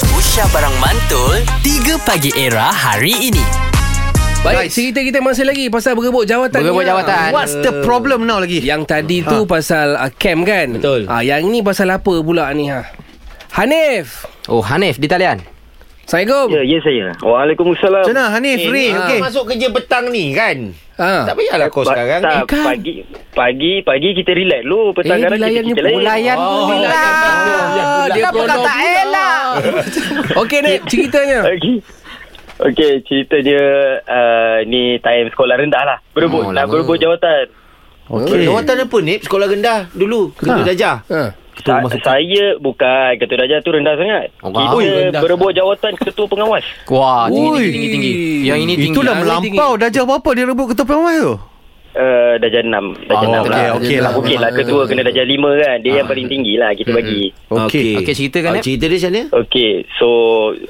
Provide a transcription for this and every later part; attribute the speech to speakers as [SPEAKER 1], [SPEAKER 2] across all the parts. [SPEAKER 1] Syah Barang Mantul 3 Pagi Era hari ini
[SPEAKER 2] Guys.
[SPEAKER 3] Baik, cerita kita masih lagi pasal berebut jawatan.
[SPEAKER 2] Berebut
[SPEAKER 3] ni, ah.
[SPEAKER 2] jawatan.
[SPEAKER 3] What's the problem?
[SPEAKER 2] problem now lagi?
[SPEAKER 3] Yang tadi tu
[SPEAKER 2] Ha.
[SPEAKER 3] pasal uh, camp kan?
[SPEAKER 4] Betul.
[SPEAKER 3] Ah, yang ni pasal apa pula ni ha? Hanif.
[SPEAKER 2] Oh, Hanif di talian.
[SPEAKER 3] Assalamualaikum.
[SPEAKER 5] Ya, ya saya. Waalaikumsalam.
[SPEAKER 2] Macam mana Hanif?
[SPEAKER 4] Eh,
[SPEAKER 2] Ray,
[SPEAKER 4] ni
[SPEAKER 2] okey.
[SPEAKER 4] masuk kerja petang ni kan?
[SPEAKER 3] Ah.
[SPEAKER 4] Tak payahlah kau
[SPEAKER 5] Ba-
[SPEAKER 4] Oh, sekarang ni.
[SPEAKER 5] tak,
[SPEAKER 3] Kan?
[SPEAKER 5] pagi pagi pagi kita relax dulu petang
[SPEAKER 3] Eh,
[SPEAKER 5] kadang
[SPEAKER 3] dilayan
[SPEAKER 5] kita, kita
[SPEAKER 3] ni
[SPEAKER 5] lain.
[SPEAKER 2] Layan
[SPEAKER 4] Oh,
[SPEAKER 2] pula.
[SPEAKER 4] layan pula.
[SPEAKER 3] Ah, Dia
[SPEAKER 2] Kenapa kau
[SPEAKER 3] pronoun
[SPEAKER 2] tak elak?
[SPEAKER 3] Okey, Nip, ceritanya.
[SPEAKER 5] Okey. Okey, cerita dia uh, ni time sekolah rendah lah. Berebut,
[SPEAKER 2] Oh,
[SPEAKER 5] nak
[SPEAKER 2] lama.
[SPEAKER 5] berebut jawatan.
[SPEAKER 2] Okey.
[SPEAKER 4] Oh, Jawatan apa ni? Sekolah rendah dulu. Ketua
[SPEAKER 2] Ha.
[SPEAKER 4] Dajah.
[SPEAKER 3] Ha.
[SPEAKER 2] Ketua
[SPEAKER 5] Sa-
[SPEAKER 2] masuk.
[SPEAKER 5] saya bukan ketua darjah tu rendah sangat.
[SPEAKER 2] Oh,
[SPEAKER 5] kita
[SPEAKER 4] oi, rendah
[SPEAKER 5] berebut jawatan ketua pengawas.
[SPEAKER 2] Wah, tinggi,
[SPEAKER 3] Ui.
[SPEAKER 2] tinggi, tinggi, tinggi. Yang ini tinggi.
[SPEAKER 3] Itulah
[SPEAKER 2] Yang ini tinggi.
[SPEAKER 3] melampau.
[SPEAKER 6] Darjah berapa dia rebut ketua pengawas tu?
[SPEAKER 5] Uh, darjah 6
[SPEAKER 2] Oh,
[SPEAKER 5] Darjah enam
[SPEAKER 2] okey, Ah.
[SPEAKER 5] lah
[SPEAKER 6] okey lah.
[SPEAKER 5] Okey lah Ketua kena darjah 5 kan Dia yang paling tinggi lah Kita bagi
[SPEAKER 2] Okey,
[SPEAKER 6] Okey.
[SPEAKER 2] kan, ceritakan,
[SPEAKER 4] Ah,
[SPEAKER 2] Nip.
[SPEAKER 4] Cerita dia macam mana?
[SPEAKER 5] Okey, so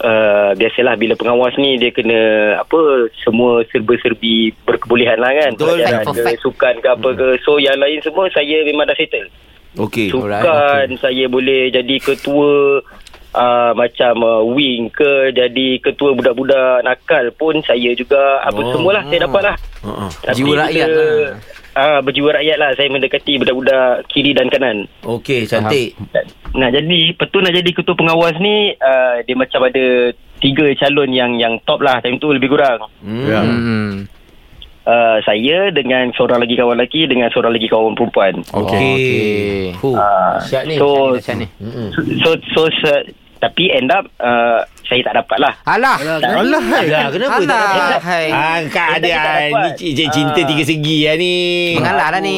[SPEAKER 5] uh, biasalah bila pengawas ni dia kena apa semua serba-serbi berkebolehan lah kan.
[SPEAKER 4] Betul.
[SPEAKER 5] Pelajaran
[SPEAKER 2] Perfect,
[SPEAKER 5] ke,
[SPEAKER 2] perfect.
[SPEAKER 5] sukan ke apa ke. So yang lain semua saya memang dah settle.
[SPEAKER 4] Okey.
[SPEAKER 5] Sukan
[SPEAKER 2] Eh, alright,
[SPEAKER 5] saya boleh jadi ketua uh, macam uh, wing ke jadi ketua budak-budak nakal pun saya juga apa
[SPEAKER 4] Oh.
[SPEAKER 5] semualah saya dapat lah.
[SPEAKER 4] Ha.
[SPEAKER 2] hmm.
[SPEAKER 5] Tapi
[SPEAKER 2] Uh-uh. Jiwa
[SPEAKER 5] bila-
[SPEAKER 2] rakyat lah.
[SPEAKER 5] Ah, berjiwa rakyat lah saya mendekati budak-budak kiri dan kanan
[SPEAKER 4] Okey, cantik.
[SPEAKER 5] nak jadi betul nak jadi ketua pengawas ni uh, dia macam ada tiga calon yang yang top lah time tu lebih kurang
[SPEAKER 6] Ya.
[SPEAKER 2] Hmm.
[SPEAKER 5] uh, saya dengan seorang lagi kawan lelaki dengan seorang lagi kawan perempuan
[SPEAKER 2] Okey.
[SPEAKER 4] Huh.
[SPEAKER 5] Ah,
[SPEAKER 4] Siap Oh, ni.
[SPEAKER 5] so
[SPEAKER 2] Macam ni.
[SPEAKER 5] so so, so, se- tapi end up uh, saya tak dapat lah
[SPEAKER 2] Alah.
[SPEAKER 3] Lah,
[SPEAKER 6] Alah, hai.
[SPEAKER 4] Alah, Lah, kenapa
[SPEAKER 2] Alah,
[SPEAKER 4] tak dapat?
[SPEAKER 2] hai.
[SPEAKER 4] Ah, Angkat
[SPEAKER 5] Kita
[SPEAKER 4] dia.
[SPEAKER 5] tak
[SPEAKER 4] hai. Ni
[SPEAKER 5] dapat.
[SPEAKER 4] c- cinta
[SPEAKER 5] Ah.
[SPEAKER 4] tiga segi lah ni.
[SPEAKER 2] Mengalah lah ni.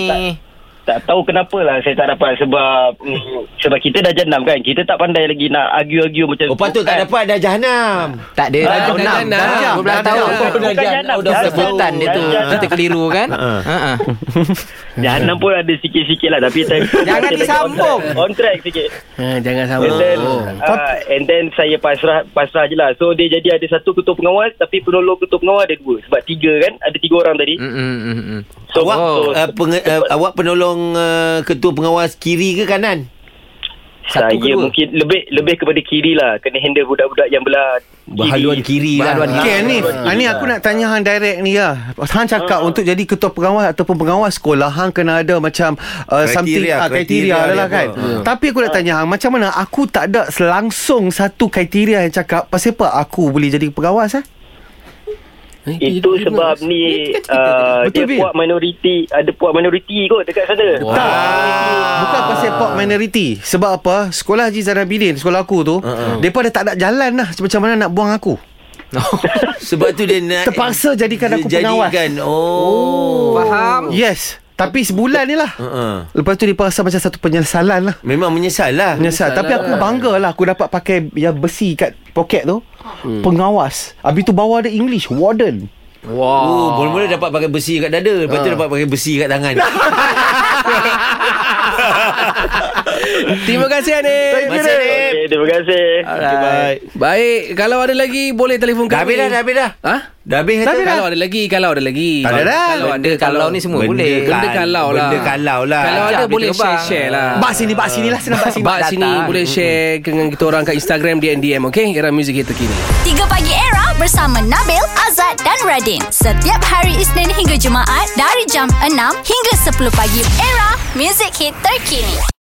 [SPEAKER 5] tak tahu kenapa lah saya tak dapat sebab mm, sebab kita dah jenam kan kita tak pandai lagi nak argue-argue macam kan?
[SPEAKER 4] Oh, patut
[SPEAKER 2] Kan?
[SPEAKER 4] tak dapat dah jahanam.
[SPEAKER 2] Tak ada.
[SPEAKER 3] Ah,
[SPEAKER 2] Tahun
[SPEAKER 3] dah
[SPEAKER 2] enam.
[SPEAKER 3] enam.
[SPEAKER 2] Dah 12
[SPEAKER 4] Dah
[SPEAKER 2] tahun.
[SPEAKER 4] enam.
[SPEAKER 5] Bukan
[SPEAKER 4] Dah
[SPEAKER 5] jenam,
[SPEAKER 4] dah
[SPEAKER 2] Dah
[SPEAKER 5] dah
[SPEAKER 2] sebutan dia tu.
[SPEAKER 5] Dah
[SPEAKER 2] Kita keliru kan?
[SPEAKER 4] Ah.
[SPEAKER 2] Ha.
[SPEAKER 5] Jahanam pun ada sikit-sikit lah Tapi time tu
[SPEAKER 2] Jangan
[SPEAKER 5] kita lagi
[SPEAKER 2] disambung.
[SPEAKER 5] on track, on track sikit
[SPEAKER 3] Ha, jangan sama.
[SPEAKER 5] And then
[SPEAKER 3] Oh.
[SPEAKER 5] uh, And then saya pasrah Pasrah je lah So dia jadi ada satu ketua pengawas Tapi penolong ketua pengawas ada dua Sebab tiga kan Ada tiga orang tadi So,
[SPEAKER 4] Awak
[SPEAKER 5] so
[SPEAKER 2] Oh.
[SPEAKER 4] ah, penge- ah, awak penolong ah, ketua pengawas kiri ke kanan?
[SPEAKER 2] satu
[SPEAKER 5] Saya
[SPEAKER 2] ke dua?
[SPEAKER 5] mungkin Lebih lebih kepada kiri lah Kena handle budak-budak yang belah kiri.
[SPEAKER 4] Berhaluan kiri lah.
[SPEAKER 2] Berhaluan
[SPEAKER 6] Okey, Hanif.
[SPEAKER 5] Ah.
[SPEAKER 6] Ini aku nak tanya hang direct ni lah. Hang cakap untuk jadi ketua pengawas ataupun pengawas sekolah, hang kena ada macam uh, something
[SPEAKER 2] Kriteria,
[SPEAKER 6] ah,
[SPEAKER 2] kriteria
[SPEAKER 6] kriteria
[SPEAKER 2] dia Ah.
[SPEAKER 6] lah kan. Tapi aku nak tanya hang, macam mana aku tak ada langsung satu kriteria yang cakap pasal apa aku boleh jadi pengawas eh?
[SPEAKER 3] Eh,
[SPEAKER 5] Itu
[SPEAKER 3] dia- dia-
[SPEAKER 5] sebab ni uh,
[SPEAKER 6] Betul,
[SPEAKER 5] Dia
[SPEAKER 6] Bil.
[SPEAKER 5] puak minoriti Ada puak minoriti kot Dekat sana
[SPEAKER 6] Tak. Bukan pasal pop minority. Sebab apa? Sekolah Haji Zainabidin, sekolah aku tu,
[SPEAKER 2] Ah,
[SPEAKER 6] uh-uh. depa dah tak ada jalan lah macam mana nak buang aku.
[SPEAKER 4] Sebab tu dia nak
[SPEAKER 6] Terpaksa jadikan aku
[SPEAKER 4] jadikan.
[SPEAKER 6] pengawas.
[SPEAKER 4] Oh.
[SPEAKER 2] Faham?
[SPEAKER 6] Yes. Tapi sebulan ni lah.
[SPEAKER 4] Uh-uh.
[SPEAKER 6] Lepas tu dia rasa macam satu penyesalan lah.
[SPEAKER 4] Memang menyesal lah.
[SPEAKER 6] Menyesal Tapi aku bangga lah Aku dapat pakai Yang besi kat poket tu hmm. Pengawas Habis tu bawah ada English Warden
[SPEAKER 4] Oh, mula-mula dapat pakai besi kat dada, lepas tu dapat pakai besi kat tangan.
[SPEAKER 3] Terima kasih, Hanif.
[SPEAKER 4] Masih ada.
[SPEAKER 5] okay, Terima kasih
[SPEAKER 4] Okay, baik.
[SPEAKER 3] Baik, kalau ada lagi boleh telefon
[SPEAKER 4] Dah habis
[SPEAKER 3] kami.
[SPEAKER 4] dah, dah habis dah.
[SPEAKER 3] Ha?
[SPEAKER 4] Dah habis kata.
[SPEAKER 3] Kalau ada lagi, kalau ada lagi.
[SPEAKER 6] Tak ada dah.
[SPEAKER 3] Kalau ada,
[SPEAKER 2] kalau ni semua
[SPEAKER 4] Benda
[SPEAKER 2] boleh.
[SPEAKER 4] kan.
[SPEAKER 3] Benda kalau lah.
[SPEAKER 4] Benda kalau lah.
[SPEAKER 3] Kalau ada
[SPEAKER 2] Ajak dia
[SPEAKER 3] boleh
[SPEAKER 2] terbang.
[SPEAKER 3] share-share lah.
[SPEAKER 6] Bak sini Bak sini lah Senang bak sini
[SPEAKER 3] Bak sini
[SPEAKER 2] datang.
[SPEAKER 3] boleh share dengan kita orang kat Instagram DM DM okey era muzik kita kini.
[SPEAKER 7] 3 Pagi Era bersama Nabil, Azad dan Radin. Setiap hari Isnin hingga Jumaat dari jam 6 hingga 10 pagi. Era, music hit terkini.